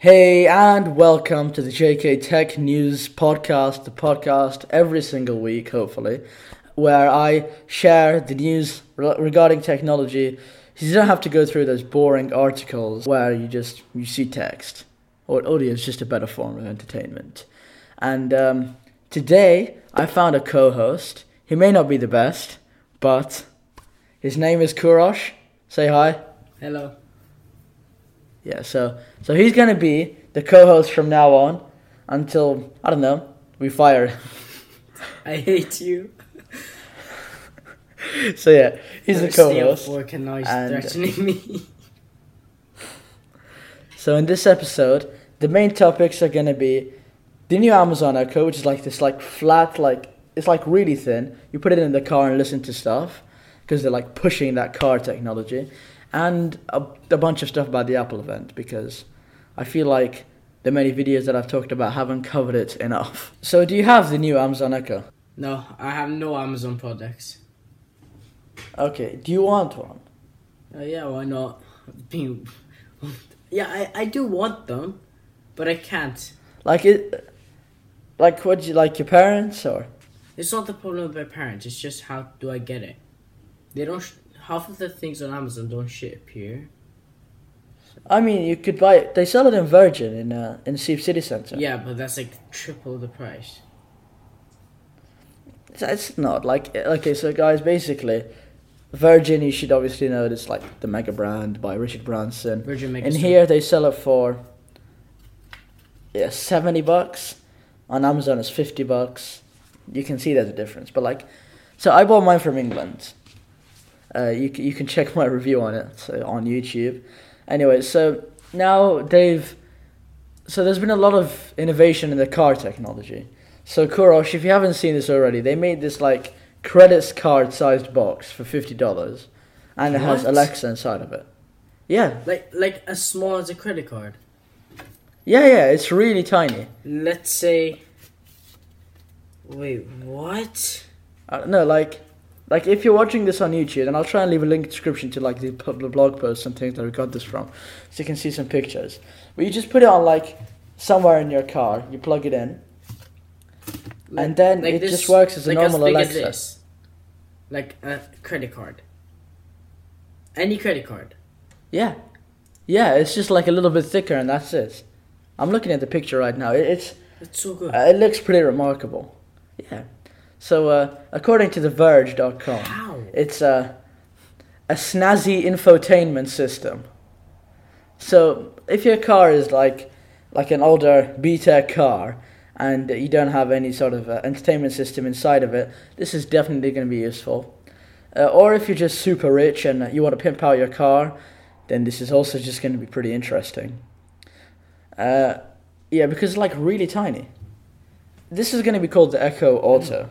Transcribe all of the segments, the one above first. Hey, and welcome to the JK Tech News Podcast, the podcast every single week, hopefully, where I share the news re- regarding technology. You don't have to go through those boring articles where you just you see text. Or audio is just a better form of entertainment. And um, today I found a co-host. He may not be the best, but his name is Kurosh. Say hi. Hello. Yeah, so so he's gonna be the co-host from now on until I don't know we fire. him. I hate you. so yeah, he's the You're still co-host. Working now, he's and- threatening me. So in this episode, the main topics are gonna be the new Amazon Echo, which is like this like flat like it's like really thin. You put it in the car and listen to stuff because they're like pushing that car technology, and a, a bunch of stuff about the Apple event because I feel like the many videos that I've talked about haven't covered it enough. So do you have the new Amazon Echo? No, I have no Amazon products. Okay, do you want one? Oh yeah, why not? Being- yeah, I, I do want them, but I can't. Like it, like what do you like your parents or? It's not the problem with my parents. It's just how do I get it? They don't. Sh- half of the things on Amazon don't ship here. I mean, you could buy it. They sell it in Virgin in uh, in Seep City Centre. Yeah, but that's like triple the price. it's, it's not like okay. So guys, basically, Virgin you should obviously know it's like the mega brand by Richard Branson. Virgin Megastore. And here they sell it for yeah, 70 bucks. On Amazon it's 50 bucks. You can see there's a difference. But like so I bought mine from England. Uh, you c- you can check my review on it so on YouTube. Anyway, so now they've so there's been a lot of innovation in the car technology. So Kurosh, if you haven't seen this already, they made this like credits card sized box for fifty dollars, and it has What? Alexa inside of it. Yeah, Like like as small as a credit card. yeah, yeah. It's really tiny. Let's say. Wait, what? Uh, no, like, like if you're watching this on YouTube, and I'll try and leave a link in description to like the, pub- the blog posts and things that we got this from, so you can see some pictures. But you just put it on like somewhere in your car, you plug it in, and then it just works as a like normal big as Alexa. this. Like a credit card. Any credit card. Yeah, yeah. It's just like a little bit thicker, and that's it. I'm looking at the picture right now. It, it's It's so good. uh, it looks pretty remarkable. Yeah. So uh, according to TheVerge.com. How? It's a a snazzy infotainment system. So if your car is like like an older B-Tech car and you don't have any sort of uh, entertainment system inside of it, this is definitely going to be useful. Uh, or if you're just super rich and you want to pimp out your car, then this is also just going to be pretty interesting. Uh, yeah, because it's like really tiny. This is going to be called the Echo Auto,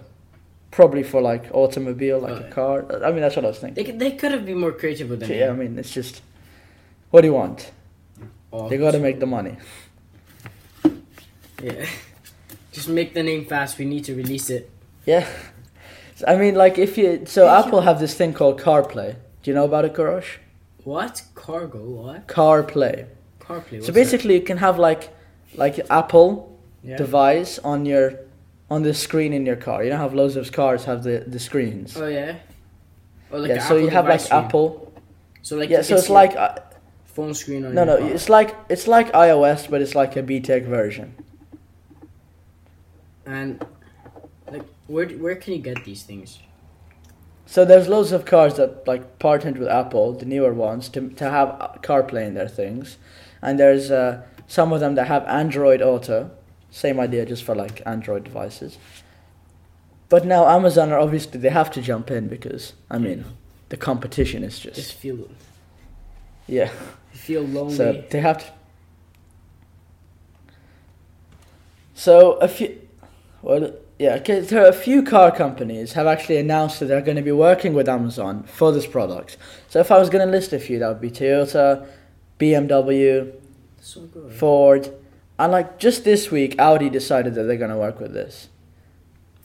probably for like automobile, like a Right. car. I mean, that's what I was thinking. They, could- they could have been more creative with that. Yeah, I mean, it's just what do you want? They got to make the money. Yeah. Just make the name fast. We need to release it. Yeah, I mean, like if you so Thank you. Apple have this thing called CarPlay. Do you know about it, Kurosh? What? Cargo? What? CarPlay. CarPlay. so basically, you can have like like Apple yeah. device on your on the screen in your car. You don't have loads of cars have the the screens. Oh yeah. Or like yeah, an so you Apple have like device screen. Apple. So like yeah, you so can it's see like uh, phone screen on no, no, your car. it's like it's like iOS, but it's like a BTEC version. and like where do- where can you get these things? So there's loads of cars that like partnered with Apple, the newer ones, to to have uh, CarPlay in their things, and there's uh, some of them that have Android Auto, same idea just for like Android devices. But now Amazon are obviously they have to jump in because I mean the competition is Just just feel yeah. feel lonely. So they have to. So a few, well, yeah, okay. So a few car companies have actually announced that they're going to be working with Amazon for this product. So if I was going to list a few, that would be Toyota, BMW, so good. Ford, and like just this week, Audi decided that they're going to work with this.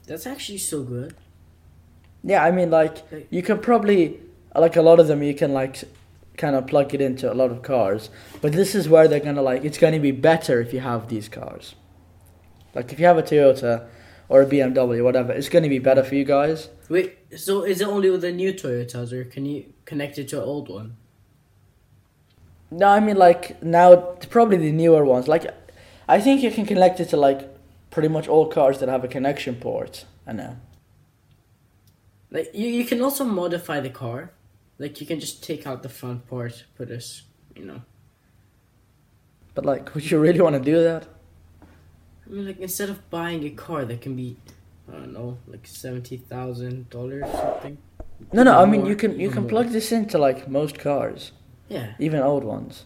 That's actually so good. Yeah, I mean, like Like- you can probably like a lot of them. You can like kind of plug it into a lot of cars. But this is where they're gonna like it's gonna be better if you have these cars. Like if you have a Toyota or a BMW, whatever, it's gonna be better for you guys. Wait, so is it only with the new Toyotas, or can you connect it to an old one? No, I mean like now probably the newer ones. Like I think you can connect it to like pretty much all cars that have a connection port. I know. Like you, you can also modify the car. Like you can just take out the front part, put this, you know. But like would you really want to do that? I mean, like instead of buying a car that can be, I don't know, like seventy thousand dollars or something. No, no, Even I mean more, you can you even can more. plug this into like most cars, Yeah, even old ones.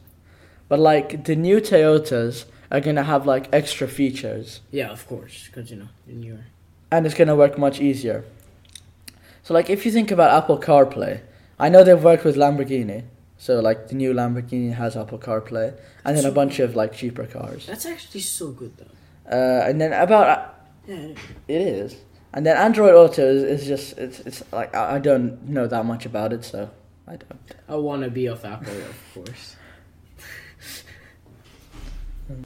But like the new Toyotas are going to have like extra features. yeah, of course, because you know, in your and it's going to work much easier. So, like, if you think about Apple CarPlay, I know they've worked with Lamborghini. So, like, the new Lamborghini has Apple CarPlay, and then a bunch of like cheaper cars. That's actually so good though. Uh, and then about Yeah, it is, and then Android Auto is, is just it's it's like I, I don't know that much about it, so I don't. I want to be off Apple, of course.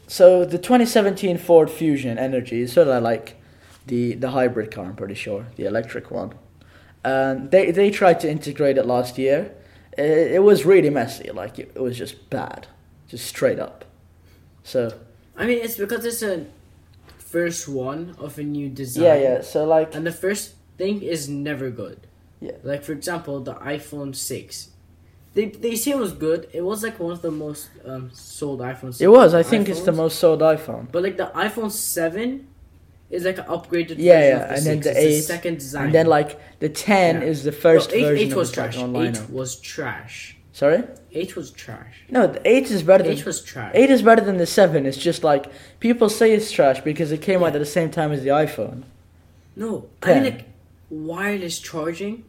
So the 2017 Ford Fusion Energy is sort of like the the hybrid car, I'm pretty sure, the electric one. And they they tried to integrate it last year. It, it was really messy, like it, it was just bad, just straight up. So I mean, it's because it's a first one of a new design. yeah, yeah. So like And the first thing is never good. Yeah. Like for example, the iPhone six. They they say it was good. It was like one of the most um, sold iPhones. it was. I think it's the iPhones. most sold iPhone. But like the iPhone seven is like an upgraded. Yeah, version yeah, Of the and then 6. the It's 8, second design. And then like the 10 Yeah. is the first no, eight, version eight of was the trash. second Eight lineup. was trash. Sorry. Eight was trash. No, the eight is better than Eight was trash. Eight is better than the seven. It's just like people say it's trash because it came out at the same time as the iPhone. No, I Ten. mean like wireless charging.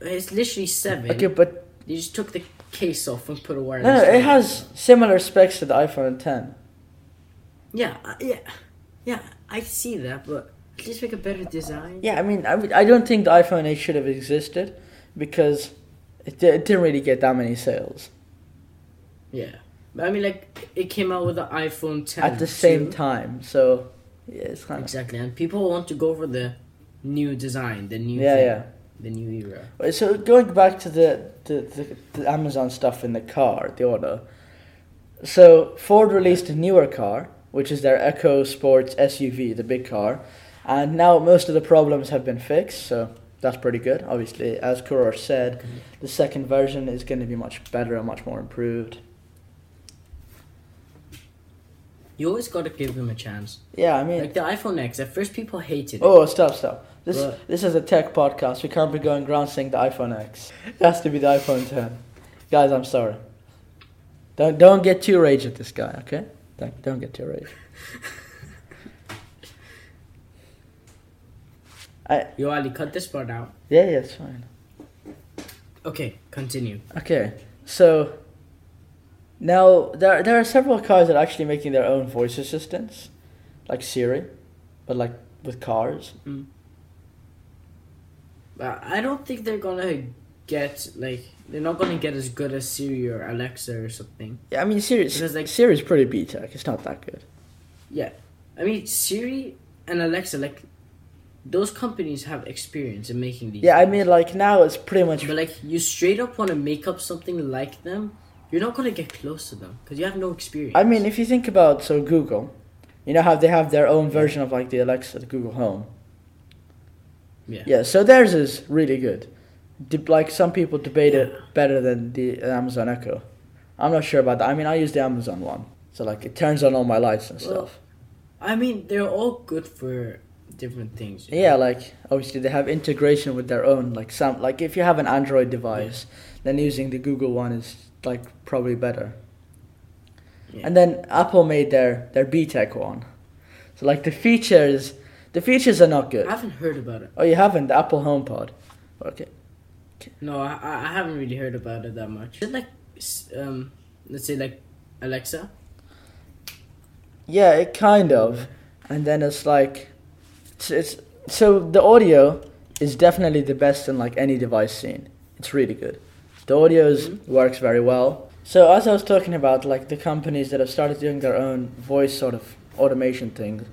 It's literally seven. Okay, but You just took the case off and put a wireless. no, no, it charger. has similar specs to the iPhone 10. Yeah, uh, yeah, yeah. I see that, but just make a better design. Yeah, I mean, I, mean, I don't think the iPhone 8 should have existed because it, di- it didn't really get that many sales Yeah. But I mean, like it came out with the iPhone 10 at the same too. time. So yeah, it's kind of Exactly, and people want to go for the new design, the new yeah, thing, yeah. the new era. Wait, So going back to the, the, the, the Amazon stuff in the car, the order. So Ford released a newer car, which is their Echo Sports SUV, the big car, and now most of the problems have been fixed. So that's pretty good. Obviously, as Kuror said, the second version is going to be much better and much more improved. You always gotta give them a chance. Yeah, I mean, Like the iPhone X, at first people hated it. oh, stop, stop. This What? this is a tech podcast. We can't be going around saying the iPhone X. It has to be the iPhone 10. Guys, I'm sorry. Don't don't get too rage at this guy, okay? Don't don't get too rage. I Yo, Ali, cut this part out. yeah yeah it's fine. Okay, continue. Okay, so now there there are several cars that are actually making their own voice assistants, like Siri, but like with cars. But I don't think they're gonna get like they're not gonna get as good as Siri or Alexa or something. Yeah, I mean Siri Because, like- Siri's pretty B tech. It's not that good. Yeah, I mean Siri and Alexa, like those companies have experience in making these. Yeah, I things. mean, like now it's pretty much. but like you straight up want to make up something like them, you're not gonna get close to them because you have no experience. I mean, if you think about so Google, you know how they have their own version of like the Alexa, the Google Home. yeah, Yeah, so theirs is really good. De- like some people debate Yeah. it better than the Amazon Echo. I'm not sure about that. I mean, I use the Amazon one, so like it turns on all my lights and Well, stuff. I mean they're all good for different things. you Yeah, know? like obviously they have integration with their own like some like if you have an Android device, then using the Google one is like probably better. Yeah. And then Apple made their their BTEC one, so like the features, the features are not good. I haven't heard about it. Oh, you haven't the Apple HomePod. Okay. No, I I I haven't really heard about it that much. Is it like s- um, let's say like Alexa? Yeah, it kind of, and then it's like, it's, it's so the audio is definitely the best in like any device scene. It's really good. The audios works very well. So as I was talking about, like the companies that have started doing their own voice sort of automation thing.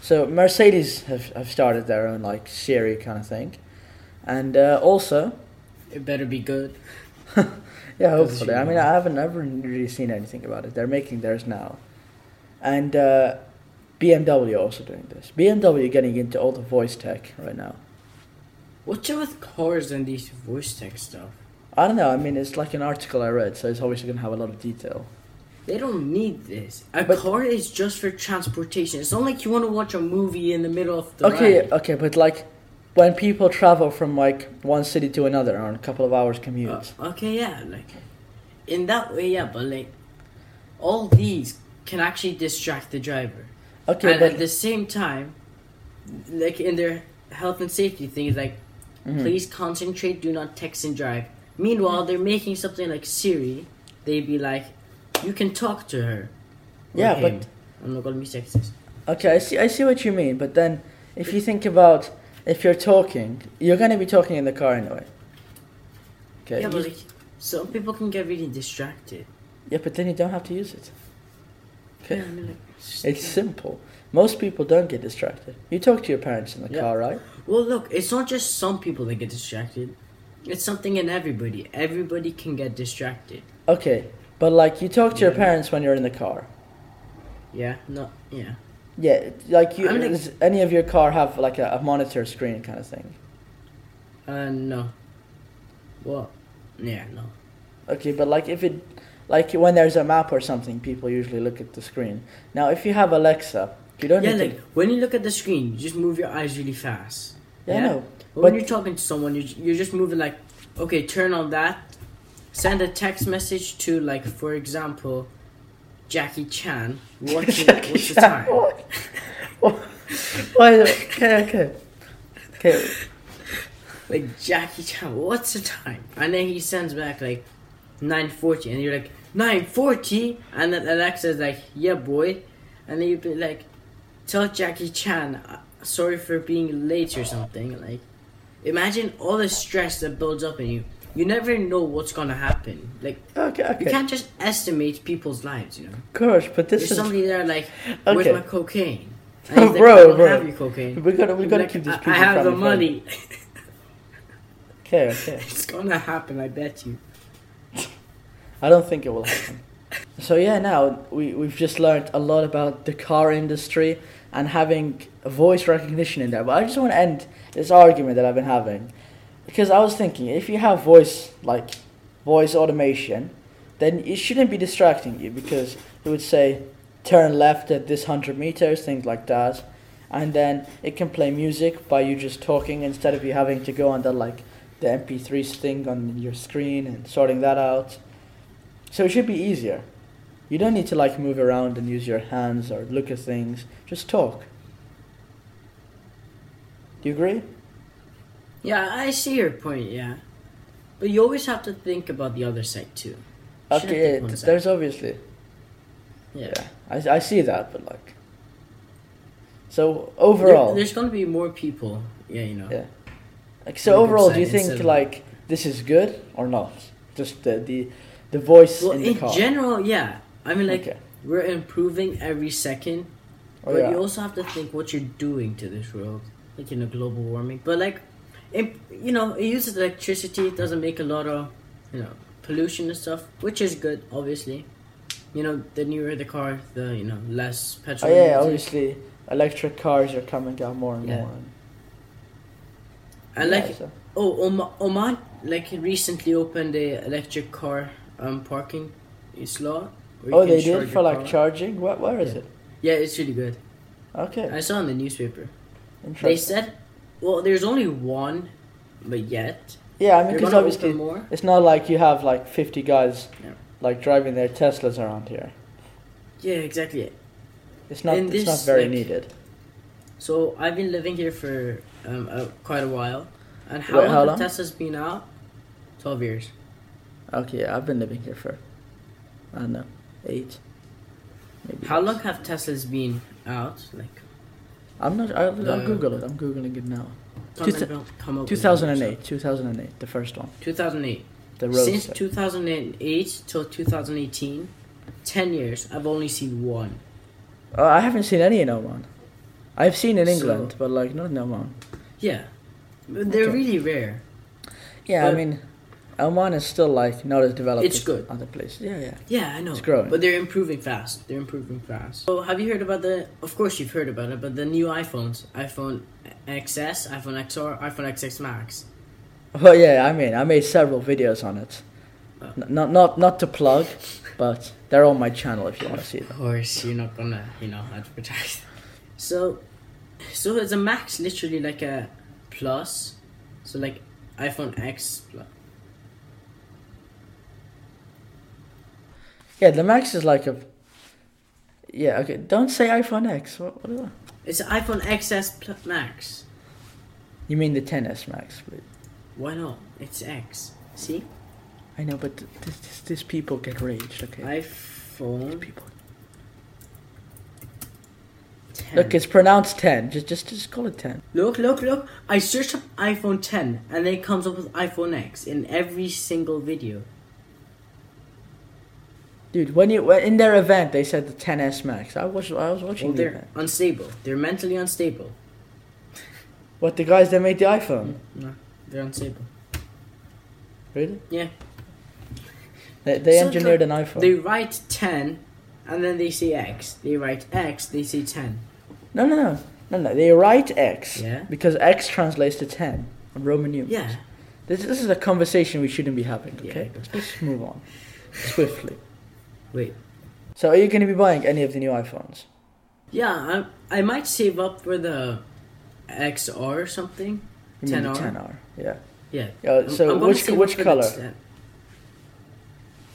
So Mercedes have, have started their own like Siri kind of thing, and uh, also It better be good. yeah, Doesn't hopefully. seem I mean, bad. I haven't ever really seen anything about it. They're making theirs now, and uh, BMW also doing this. BMW getting into all the voice tech right now. What's up with cars and these voice tech stuff? I don't know. I mean, it's like an article I read, so it's obviously gonna have a lot of detail. They don't need this. A But- car is just for transportation. It's not like you want to watch a movie in the middle of the okay, ride. okay, but like when people travel from like one city to another on a couple of hours commute. Uh, okay, yeah, like in that way, yeah, but like all these can actually distract the driver. okay, and but at the same time, like in their health and safety things, like Mm-hmm. please concentrate, do not text and drive. Meanwhile, they're making something like Siri. They'd be like, you can talk to her. or Yeah, him. but- I'm not gonna be sexist. okay, I see, I see what you mean. But then, if you think about if you're talking, you're gonna be talking in the car anyway. Okay. yeah, you- but like, some people can get really distracted. yeah, but then you don't have to use it. Okay. Yeah, I mean, like, just- It's simple. Most people don't get distracted. You talk to your parents in the Yeah. car, right? Well, look, it's not just some people that get distracted. It's something in everybody. Everybody can get distracted. Okay, but like you talk to your Yeah. parents when you're in the car. Yeah, no, yeah. Yeah, like you. I'm like- does any of your car have like a, a monitor screen kind of thing? Uh, no. Well, yeah, no. Okay, but like if it, like when there's a map or something, people usually look at the screen. Now, if you have Alexa, you don't Yeah, need like to. when you look at the screen, you just move your eyes really fast. Yeah, I know, But but- when you're talking to someone, you're, you're just moving like, okay, turn on that. Send a text message to like, for example, Jackie Chan. What's, the- Jackie what's the Chan, time? what? Why? Okay, okay, okay. like Jackie Chan, what's the time? And then he sends back like nine forty, and you're like nine forty, and then Alexa's like, yeah, boy, and then you be like, tell Jackie Chan, uh, sorry for being late or something. Like, imagine all the stress that builds up in you. You never know what's gonna happen. Like, Okay, you okay. can't just estimate people's lives. You know, Of course, but this there's is somebody there like, Okay. where's my cocaine? And he's like, Bro, I don't bro. have your cocaine. we gotta we You're gotta like, keep these "I- people I have from the from- money. Okay, okay. It's gonna happen, I bet you. I don't think it will happen. so yeah, now we we've just learned a lot about the car industry and having voice recognition in there. But I just want to end this argument that I've been having because I was thinking if you have voice like voice automation, then it shouldn't be distracting you because it would say turn left at this hundred meters, things like that. And then it can play music by you just talking instead of you having to go on the like the MP3 thing on your screen and sorting that out. So it should be easier. You don't need to like move around and use your hands or look at things. Just talk. Do you agree? Yeah, I see your point, yeah. But you always have to think about the other side too. You shouldn't Okay, think one th- side. there's obviously. yeah. Yeah, I, I see that, but like. So There- overall, there's gonna be more people. Yeah, you know. Yeah. like so on the good overall, do side you think instead of- like this is good or not? Just the the, the voice Well, in in, the car. general, yeah. I mean, like Okay. we're improving every second, Oh, but yeah. you also have to think what you're doing to this world, like you know, global warming. But like, it, you know, it uses electricity. It doesn't make a lot of, you know, pollution and stuff, which is good, obviously. You know, the newer the car, the you know, less oh petrol. yeah, usage. obviously, electric cars are coming out more and Yeah. more. And Yeah, like, so- oh, Oma- Oman, like recently opened a electric car um parking slot. where you Oh, can they charge did your for like car. charging. What? Where is Yeah. it? Yeah, it's really good. Okay. I saw in the newspaper. They Interesting. said, well, there's only one, but yet Yeah, I mean, they're because gonna obviously open more. it's not like you have like 50 guys Yeah. like driving their Teslas around here. Yeah, exactly. It's not. And It's not this, very like- needed. So I've been living here for um uh, quite a while, and how Wait, long, how the long? Tesla's been out? Twelve years. Okay, yeah, I've been living here for I don't know eight. Maybe How less. long have Teslas been out? Like, I'm not. I'll, I'll The- Google it. I'm googling it now. come Two- and go- come up with 2008. numbers. 2008. The first one. 2008. The Since roadster. 2008 till 2018, 10 years, I've only seen one. Uh, I haven't seen any in Oman. I've seen in So- England, but like not in Oman. Yeah. But They're Okay. really rare. Yeah, I But- mean, Oman is still like not as developed It's as good. other places. Yeah, yeah. Yeah, I know. It's growing. But they're improving fast. They're improving fast. So, have you heard about the? Of course, you've heard about it. But the new iPhones: iPhone XS, iPhone XR, iPhone XS Max. Well, yeah, I mean, I made several videos on it. Oh. N- not, not, not to plug, but they're on my channel if you want to see Of them. course, you're not gonna, you know, advertise. So, so it's a Max, literally like a plus. So like iPhone X plus. Yeah, the Max is like a. Yeah, okay. Don't say iPhone X. What, what is that? It's an iPhone XS plus Max. You mean the 10s Max? But Why not? It's X. See, I know, but th- this, this, these people get raged. Okay. iPhone. people. 10. Look, it's pronounced 10. Just, just, just call it 10. Look, look, look. I searched up iPhone 10 and it comes up with iPhone X in every single video. Dude, when you when- in their event, they said the 10s Max. I was I was watching Well, the they're event. unstable. They're mentally unstable. Mm, What the guys that made the iPhone? No, they're unstable. Really? Yeah. They, they So, engineered an like, iPhone. They write 10 and then they say X. They write X, they say 10. No, no, no, no, no. They write X Yeah? because X translates to ten in Roman numerals. Yeah. This, this is a conversation we shouldn't be having. Yeah. Okay, let's just move on swiftly. Wait. So, are you going to be buying any of the new iPhones? Yeah, I, I might save up for the XR or something. You mean the 10R? 10R? Yeah. Yeah. Yeah. I'm- So, I'm gonna which save up which for the color? XR.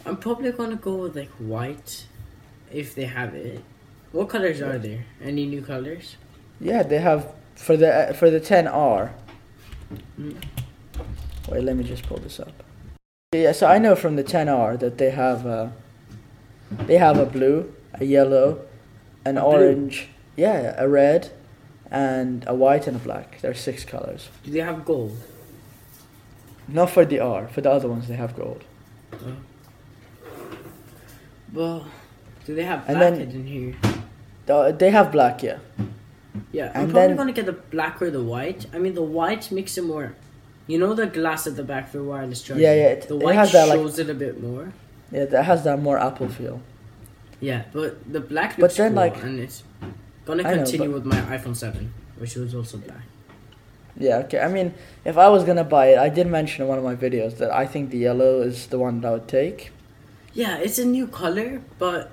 I'm probably gonna go with like white if they have it. What colors are there? Any new colors? Yeah, they have for the uh, for the 10R. Mm. Wait, let me just pull this up. Yeah, so I know from the 10R that they have uh they have a blue, a yellow, an A blue? orange, yeah, a red, and a white and a black. There are six colors. Do they have gold? Not for the R. For the other ones, they have gold. Well, do they have And black then- in here? The- They have black, yeah. Yeah, I'm and probably then- gonna get the black or the white. I mean, the white makes it more. You know the glass at the back for wireless charging. yeah, it- the it white has that, like- shows it a bit more. Yeah, that has that more Apple feel. Yeah, but the black But looks then, cool, like- and it's gonna I know, continue but- with my iPhone Seven, which was also black. Yeah, okay. I mean, if I was gonna buy it, I did mention in one of my videos that I think the yellow is the one that I would take. Yeah, it's a new color, but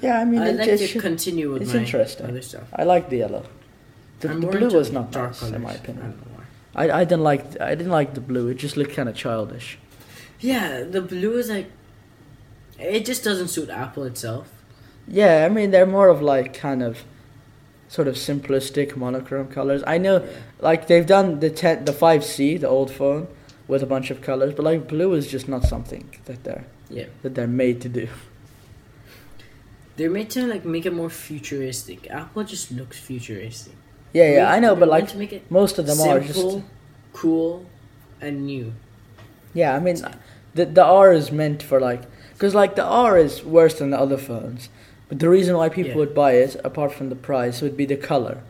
Yeah, I I mean, would it like just to should- continue with it's my interesting. other stuff. I like the yellow. The, I'm the more blue into was not dark nice, in my colours. I opinion. don't know why. I, I didn't like I didn't like the blue. It just looked kind of childish. Yeah, the blue is like it just doesn't suit Apple itself. Yeah, I mean they're more of like kind of sort of simplistic monochrome colors. I know, like they've done the ten, the five C, the old phone, with a bunch of colors, but like blue is just not something that they're Yeah, that they're made to do. they're made to like make it more futuristic. Apple just looks futuristic. Yeah, yeah, Make- I know, they're but meant like to make it most of them simple, are just cool, and new. yeah. I mean, the the R is meant for like because like the R is worse than the other phones, but the reason why people Yeah. would buy it apart from the price would be the color.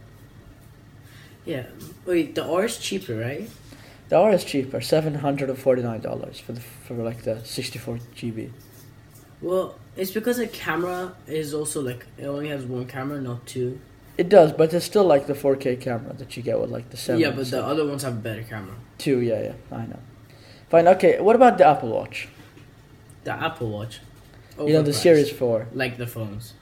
Yeah. Wait, the R is cheaper, right? The R is cheaper, seven hundred and forty nine dollars for the for like the sixty four GB. Well, it's because the camera is also like it only has one camera, not two. It does, but it's still like the 4K camera that you get with like the seven. yeah, but the other ones have a better camera. two, yeah, yeah, I know. Fine, okay. What about the Apple Watch? The Apple Watch. You know the Overpriced. Series Four. Like the phones.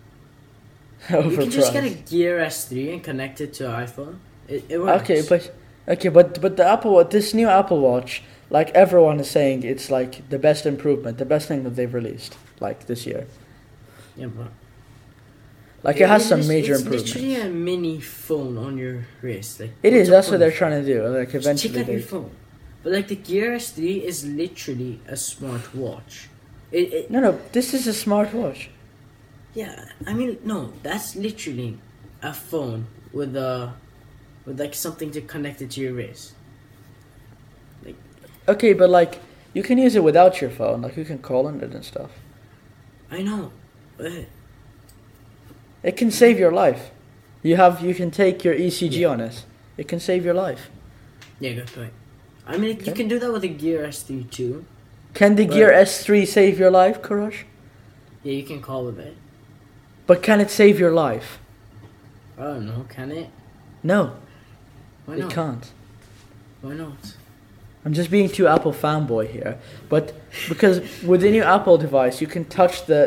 Overpriced. You can just get a Gear S3 and connect it to an iPhone. It, it works. okay, but okay, but but the Apple Watch, this new Apple Watch, like everyone is saying, it's like the best improvement, the best thing that they've released like this year. Yeah, but Like it has is- some major it's improvements. literally a mini phone on your wrist. Like It what's is. That's the what point? they're trying to do. Like Just check eventually, out your they, phone. But like the Gear S3 is literally a smart watch. It, it no, no, this is a smartwatch. yeah. I mean no, that's literally a phone with a with like something to connect it to your wrist. Okay, but like You can use it without your phone. Like you can call on it and stuff. I know. But It can save your life. You have you can take your ECG on it. It can save your life. yeah, good point. I mean, Okay. you can do that with the Gear S3 too. Can the Gear Right. S3 save your life, Karosh? Yeah, you can call with it. But can it save your life? I don't know. Can it? No, Why it not? can't. Why not? I'm just being too Apple fanboy here, but because within your Apple device you can touch the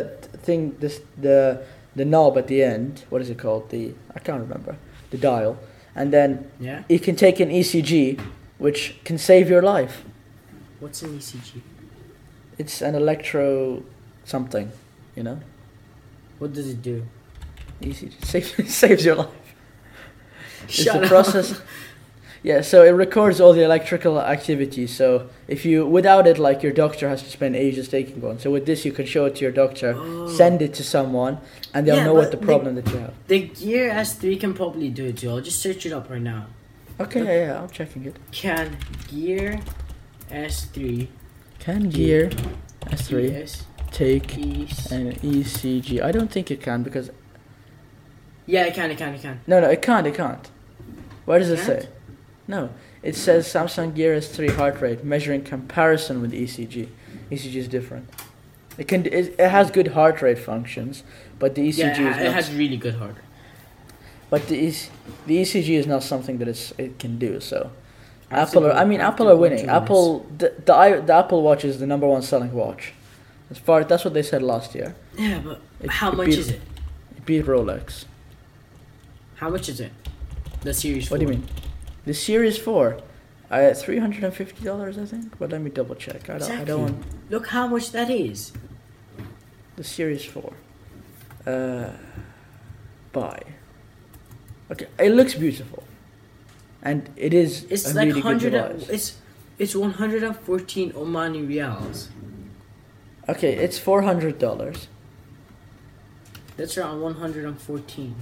thing, this the the knob at the end. What is it called? The I can't remember the dial, and then Yeah. it can take an ECG, which can save your life. What's an E ECG? It's an electro something, you know. What does it do? ECG saves saves your life. It's Shut the up. process. Yeah, so it records all the electrical activity. So if you without it, like your doctor has to spend ages taking one. So with this, you can show it to your doctor, Oh. send it to someone, and they'll Yeah, know what the but they- problem that you have. The Gear S3 can probably do it too. I'll just search it up right now. Okay, yeah, yeah, I'm checking it. Can Gear S3 Can Gear S3 ES, E take ES. an ECG? I don't think it can because Yeah, it can, it can, it can. no, no, it can't. It can't. Where does it Can't? say? No, it says Samsung Gear S3 heart rate measuring comparison with E ECG. ECG is different. It can it, it has good heart rate functions, but the ECG yeah, it, E is ha- it not. has really good heart. but the, EC, the ECG is not something that it's, it can do. So I have to Apple, are, go- I mean I have Apple to are go winning. to this. Apple the, the i- the Apple Watch is the number one selling watch. As far that's what they said last year. Yeah, but It- how it much beat- is it? It beat Rolex. How much is it? The series. What do you four. mean? The Series Four, uh, three hundred and fifty dollars, I think. But let me double check. I don't. I Exactly. don't want Look how much that is. the series 4 uh buy okay it looks beautiful and it is It's a like really good hundred. device. It's it's one hundred and fourteen Omani reals. okay it's 400 dollars That's around one hundred and fourteen.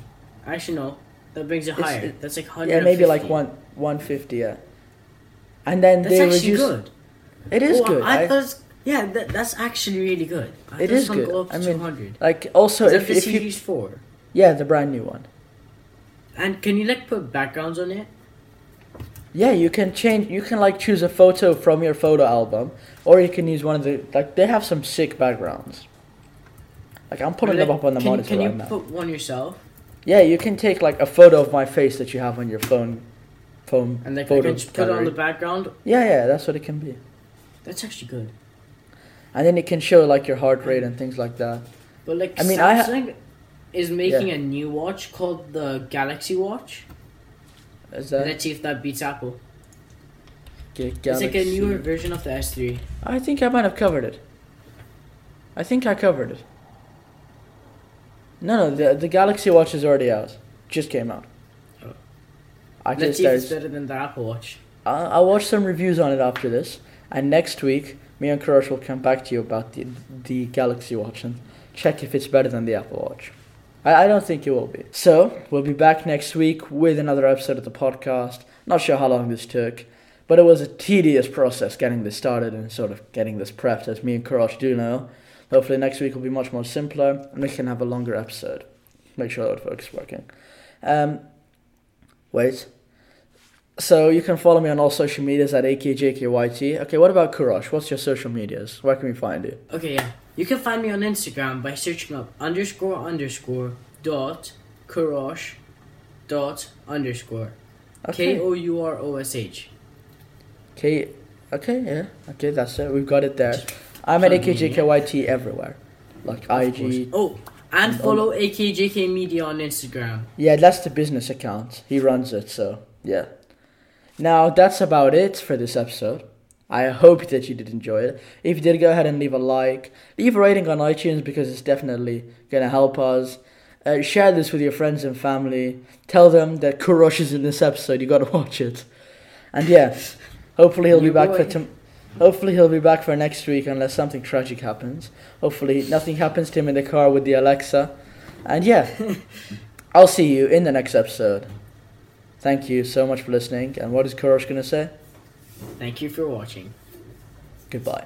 Actually, no. That brings it It's- higher. it- That's like hundred. yeah maybe like one 150 yeah and then That's they actually reduce good. it is Oh, good I, I- thought. it's- Yeah, that, that's actually really good. I It thought is gonna good. Go up to I mean, 200. like also is that if, the if you series four? yeah the brand new one And can you like put backgrounds on it? yeah you can change you can like choose a photo from your photo album or you can use one of the like they have some sick backgrounds like i'm putting Or, them like, up on the can, monitor Can right you now put one yourself? Yeah, you can take like a photo of my face that you have on your phone, phone And like I photo can just put it on gallery. the background. Yeah, yeah, that's what it can be. That's actually good. And then it can show like your heart rate and things like that. But like I mean, I ha- Samsung is making a new watch called the Galaxy Watch. Is that Let's see if that beats Apple. Ga- It's like a Galaxy? newer version of the S3. I think I might have covered it. I think I covered it. No, no, the the Galaxy Watch is already out. Just came out. Oh. I Let's guess see if there's. it's better than the Apple Watch. I'll, I'll watch some reviews on it after this, and next week me and Karosh will come back to you about the the Galaxy Watch and check if it's better than the Apple Watch. I, I don't think it will be. So we'll be back next week with another episode of the podcast. Not sure how long this took, but it was a tedious process getting this started and sort of getting this prepped, as me and Karosh do know. Hopefully next week will be much more simpler, and we can have a longer episode. Make sure that focus is working. Um, wait. So you can follow me on all social medias at AKJKYT. Okay, what about Kurosh? What's your social medias? Where can we find you? Okay, yeah. You can find me on Instagram by searching up underscore underscore dot Kurosh dot underscore. K Okay. O U R O S H. Okay. Okay, yeah. Okay, that's it. We've got it there. I'm at Follow me. AKJKYT everywhere. Like IG. Oh, And and on- follow AKJK Media on Instagram. Yeah, that's the business account. He runs it, so yeah. Now that's about it for this episode. I hope that you did enjoy it. If you did, go ahead and leave a like, leave a rating on iTunes because it's definitely gonna help us. Uh, share this with your friends and family. Tell them that Kurosh is in this episode. You gotta watch it. And yeah, hopefully he'll be Your back for boy. tom- Hopefully he'll be back for next week unless something tragic happens. Hopefully nothing happens to him in the car with the Alexa. And yeah, I'll see you in the next episode. Thank you so much for listening. And what is Kurosh gonna say? Thank you for watching. Goodbye.